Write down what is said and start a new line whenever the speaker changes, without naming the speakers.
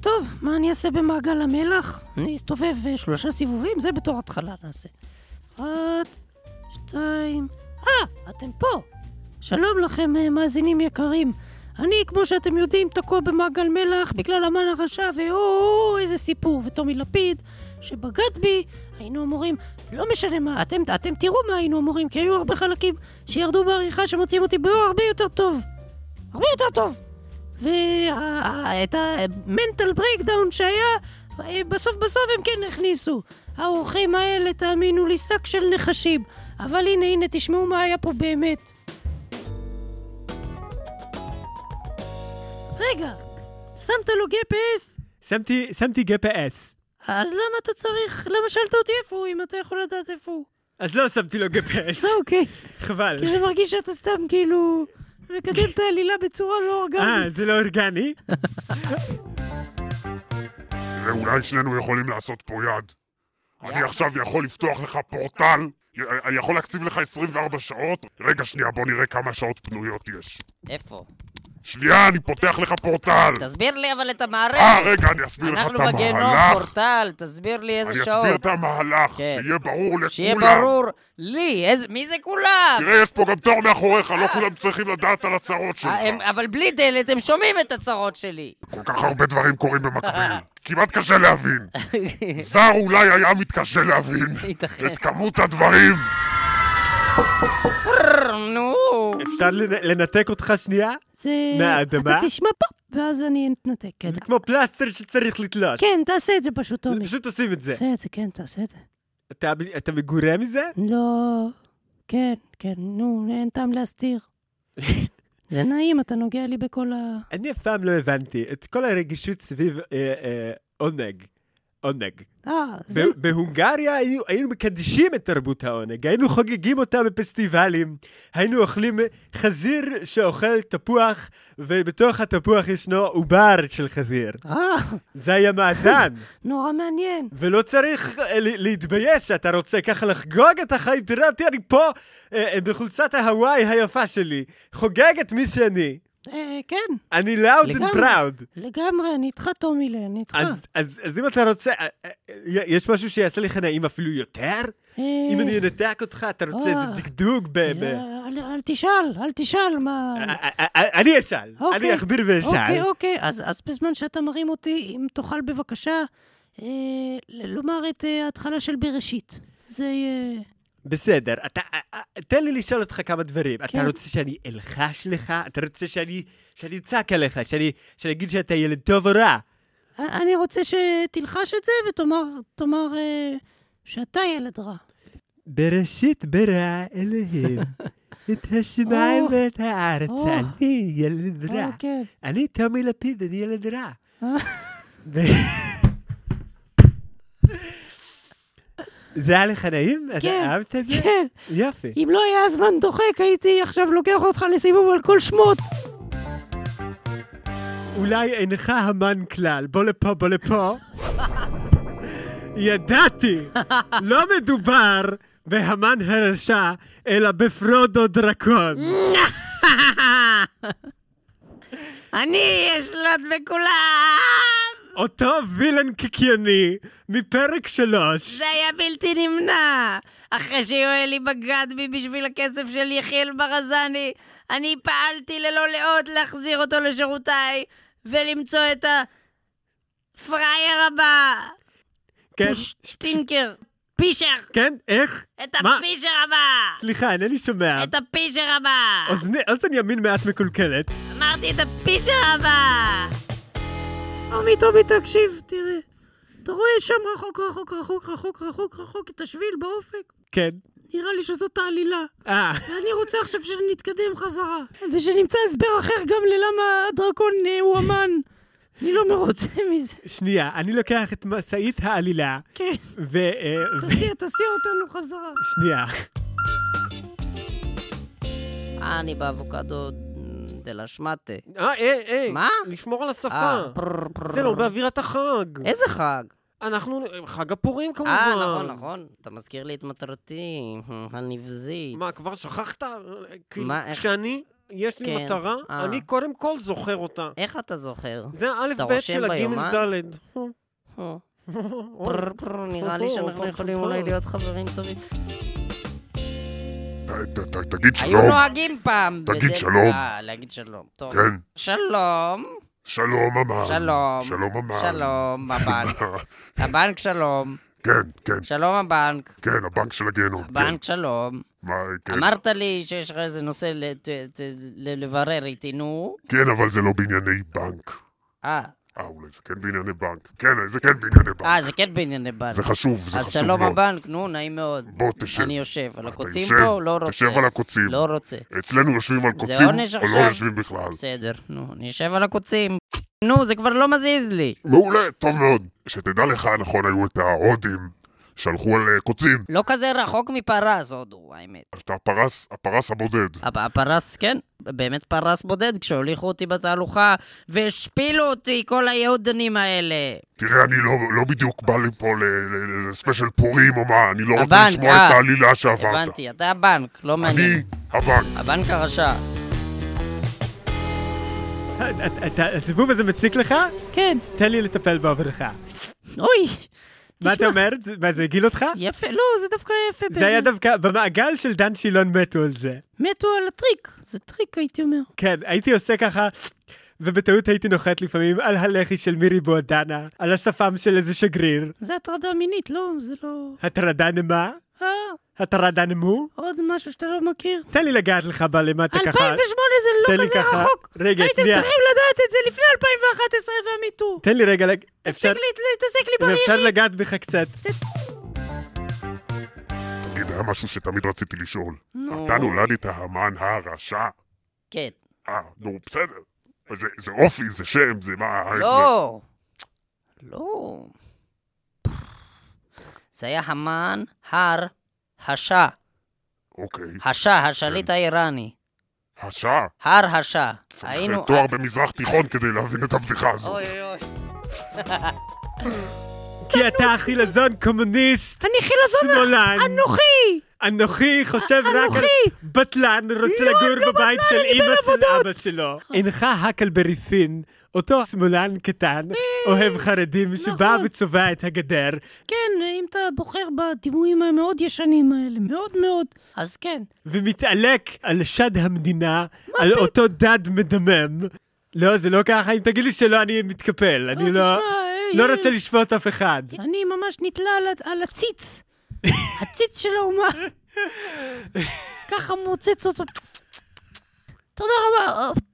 טוב, מה אני אעשה במעגל המלח? אני אסתובב אה, שלושה סיבובים, זה בתור התחלה נעשה. אחת, שתיים... אה, אתם פה! שלום לכם, אה, מאזינים יקרים. אני, כמו שאתם יודעים, תקוע במעגל מלח בגלל המן הרשע, ואו, איזה סיפור. וטומי לפיד, שבגד בי, היינו אמורים, לא משנה מה, אתם, אתם תראו מה היינו אמורים, כי היו הרבה חלקים שירדו בעריכה שמוצאים אותי באור הרבה יותר טוב. הרבה יותר טוב. ואת המנטל ברייקדאון שהיה, אה, בסוף בסוף הם כן הכניסו. האורחים האלה, תאמינו לי, שק של נחשים. אבל הנה, הנה, תשמעו מה היה פה באמת. רגע, שמת לו גפס?
שמתי, שמתי GPS.
אז למה אתה צריך, למה שאלת אותי איפה הוא, אם אתה יכול לדעת איפה הוא?
אז לא שמתי לו GPS.
אה, אוקיי.
חבל.
כי זה מרגיש שאתה סתם כאילו מקדם את העלילה בצורה לא
אה,
אורגנית.
זה לא אורגני?
ואולי שנינו יכולים לעשות פה יד. אני עכשיו יכול לפתוח לך פורטל, י- אני יכול להקציב לך 24 שעות. רגע, שנייה, בוא נראה כמה שעות פנויות יש.
איפה?
שנייה, אני פותח לך פורטל!
תסביר לי אבל את המערכת.
אה, רגע, אני אסביר לך
אנחנו
את
בגיהנום
המהלך.
פורטל, תסביר לי איזה
אני
שעות.
אסביר את המהלך,
כן.
שיהיה ברור
שיהיה
לכולם.
ברור לי, איזה... מי זה כולם?
תראה, יש פה גם תור מאחוריך, לא כולם צריכים לדעת על הצרות שלך.
אה, הם- אבל בלי דלת הם שומעים את הצרות שלי.
כל כך הרבה דברים קורים במקביל. כמעט קשה להבין. זר אולי היה מתקשה להבין
ייתכן.
את כמות הדברים.
נו.
אפשר לנ- לנתק אותך שנייה?
זה...
מהאדמה?
אתה תשמע פה, ואז אני אתנתק, כן.
כמו פלסטר שצריך לתלוש.
כן, תעשה את זה פשוט, טומי.
פשוט עושים את זה.
תעשה את זה, כן, תעשה את זה.
אתה- אתה מגורה מזה?
לא... כן, כן, נו, אין טעם להסתיר. זה נעים, אתה נוגע לי בכל ה...
אני אף פעם לא הבנתי את כל הרגישות סביב אה, אה, עונג. עונג.
אה, זה...
ב- בהונגריה היינו, היינו מקדשים את תרבות העונג, היינו חוגגים אותה בפסטיבלים, היינו אוכלים חזיר שאוכל תפוח, ובתוך התפוח ישנו עובר של חזיר.
אה,
זה היה מעדן,
נורא מעניין.
ולא צריך אה, ל- להתבייש שאתה רוצה ככה לחגוג את החיים. תראה אותי, אני פה אה, אה, בחולצת ההוואי היפה שלי, חוגג את מי שאני.
אה, כן,
אני לאוד אנד
לגמרי.
פראוד.
לגמרי, אני איתך, טומי, לה, אני איתך.
אז, אז, אז אם אתה רוצה, אה, אה, יש משהו שיעשה לך נעים אפילו יותר?
אה,
אם אני אנתק אותך, אתה רוצה
אה.
איזה דקדוק ב... ב-
אה, אל- אל תשאל, אל תשאל מה...
אה, אה, אה, אני אשאל,
אוקיי.
אני אכביר
אוקיי,
ואשאל.
אוקיי, אז, אז בזמן שאתה מרים אותי, אם תוכל בבקשה אה, ל- לומר את אה, ההתחלה של בראשית. זה יהיה...
בסדר, אתה- אה, אה, תן לי לשאול אותך כמה דברים. אתה
כן.
רוצה שאני אלחש לך? אתה רוצה שאני שאני אצעק עליך? שאני שאני אגיד שאתה ילד טוב או רע?
אה, אני רוצה שתלחש את זה ותאמר תאמר, אה, שאתה ילד רע.
בראשית ברא אלוהים את השמיים
או.
ואת הארץ.
או.
אני ילד רע.
אה, כן.
אני טומי לפיד, אני ילד רע.
אה.
ו- זה היה לך נעים? אתה
כן,
אהבת את זה?
כן.
יופי.
אם לא היה הזמן דוחק, הייתי עכשיו לוקח אותך לסיבוב על כל שמות.
אולי אינך המן כלל, בוא לפה, בוא לפה. ידעתי, לא מדובר בהמן הרשע, אלא בפרודו דרקון.
אני אשלוט בכולם!
אותו וילן קיקיוני מפרק שלוש.
זה היה בלתי נמנע! אחרי שיואלי בגד בי בשביל הכסף של יחיאל ברזני, אני פעלתי ללא לאות להחזיר אותו לשירותיי ולמצוא את הפראייר הבא!
כן,
שטינקר! פישר!
כן, איך?
את
מה?
הפישר הבא!
סליחה, אינני שומע.
את הפישר הבא!
אוזני- אוזן ימין מעט מקולקלת.
אמרתי את הפישר הבא!
עמי, טומי, תקשיב, תראה. אתה רואה שם רחוק, רחוק, רחוק, רחוק, רחוק, רחוק, את השביל באופק?
כן.
נראה לי שזאת העלילה.
אה,
ואני רוצה עכשיו שנתקדם חזרה. ושנמצא הסבר אחר גם ללמה הדרקון אה, הוא אמן. אני לא מרוצה מזה.
שנייה, אני לוקח את משאית העלילה,
כן,
ו... אה, ו-
תסיע, תסיע אותנו חזרה.
שנייה.
אני באבוקדו אה, דלה שמטה.
אה, אה, אה.
מה?
לשמור על
אה,
השפה.
פרר, פרר.
זה לא באווירת החג.
איזה חג?
אנחנו, חג הפורים כמובן.
אה, נכון, נכון. אתה
אה,
מזכיר לי את מטרתי, הנבזית.
מה, כבר שכחת? כאילו,
מה, איך-
כשאני יש לי
כן.
מטרה,
אה.
אני קודם כל זוכר אותה.
איך אתה זוכר?
זה
אתה
האלף-בית
רושם
של
ביומן?
הגימל-דלת.
אה, פרר, פרר, נראה לי שאנחנו יכולים אולי להיות חברים טובים.
ת- ת- ת- תגיד
היו
שלום.
נוהגים פעם.
תגיד
בדרך-
שלום.
אה, להגיד שלום. טוב.
כן.
שלום,
שלום, אמר.
שלום.
שלום, אמר.
שלום, הבנק. הבנק שלום.
כן, כן,
שלום הבנק.
כן, הבנק של הגיהנום.
הבנק שלום.
כן. מה, כן.
אמרת לי שיש לך איזה נושא לת- ת- ל- לברר איתי, נו.
כן, אבל זה לא בענייני בנק.
אה,
אה, אולי זה כן בענייני בנק. כן, זה כן בענייני
אה,
בנק.
זה כן בענייני בנק.
זה חשוב, זה
אז
חשוב
שלום
מאוד.
הבנק, נו, נעים מאוד.
בוא, תשב.
אני יושב על
אתה
הקוצים
יושב?
פה, הוא לא רוצה.
תשב על הקוצים.
לא רוצה.
אצלנו יושבים על
זה
קוצים,
עונש
או
עכשיו?
לא יושבים בכלל.
בסדר, נו, אני יושב על הקוצים. נו, זה כבר לא מזיז לי.
מעולה, טוב מאוד. שתדע לך, נכון, היו את ההודים שהלכו על אה, קוצים.
לא כזה רחוק מפרס עוד הוא, האמת.
אתה הפרס, הפרס הבודד.
הפ- הפרס, כן, באמת פרס בודד, כשהוליכו אותי בתהלוכה והשפילו אותי כל היהודנים האלה.
תראה, אני לא, לא בדיוק בא לפה ל- ל- ל- לספיישל פורים או מה, אני לא רוצה
הבנק,
לשמוע
אה.
את העלילה שעברת.
הבנתי, אתה הבנק, לא
אני
מעניין.
הבנק.
הבנק הרשע.
אתה- אתה- הסיבוב הזה מציק לך?
כן,
תן לי לטפל בעבורך.
אוי,
מה אתה
תשמע.
אומר? זה- מה, זה הגיל אותך?
יפה, לא, זה דווקא יפה.
זה היה
באמת.
דווקא, במעגל של דן שילון מתו על זה.
מתו על הטריק, זה טריק הייתי אומר.
כן, הייתי עושה ככה, ובטעות הייתי נוחת לפעמים על הלחי של מירי בועדנה, על השפם של איזה שגריר.
זה הטרדה מינית, לא, זה לא...
הטרדה נמה?
אה,
הטרדה נמו?
עוד משהו שאתה לא מכיר.
תן לי לגעת לך בלמטה
2008
ככה.
זה
תן
לא
לי
כזה
ככה.
רחוק.
רגע,
הייתם
שנייה.
צריכים לדעת את זה לפני 2011 והמיטו.
תן לי רגע, לג- אפשר...
תפסיק לי- להתעסק לי
אם
ברירי.
אפשר לגעת בך קצת.
תגיד, כן, היה משהו שתמיד רציתי לשאול.
נו.
אתה נולדת המן הרשע?
כן.
אה, נו, בסדר. זה, זה אופי, זה שם, זה מה... איך
לא. לא. זה היה המן הר השע.
זה? אוקיי.
השע, השליט האיראני.
השעה.
הר השע.
היינו...
היינו... אה-
תואר במזרח תיכון כדי להבין את הבדיחה הזאת.
אוי אוי.
כי אתה החילזון קומוניסט,
אני לא חילזון
שמאלן.
אנוכי!
אנוכי חושב רק על
אנוכי! לא,
בטלן, רוצה לגור בבית של אמא של אבא שלו. אינך האקל בריפין, אותו שמאלן קטן, אוהב חרדים, שבא
נכון.
וצובע את הגדר.
כן, אם אתה בוחר בדימויים המאוד ישנים האלה, מאוד מאוד, אז כן.
ומתעלק על שד המדינה, על אותו דד מדמם. לא, זה לא ככה, אם תגיד לי שלא, אני מתקפל. אני לא...
תשמע, אה, היי,
לא
היי.
רוצה לשפוט אף אחד.
אני ממש נתלה על, ה- על הציץ. הציץ של האומה. ככה מוצץ אותו. תודה רבה.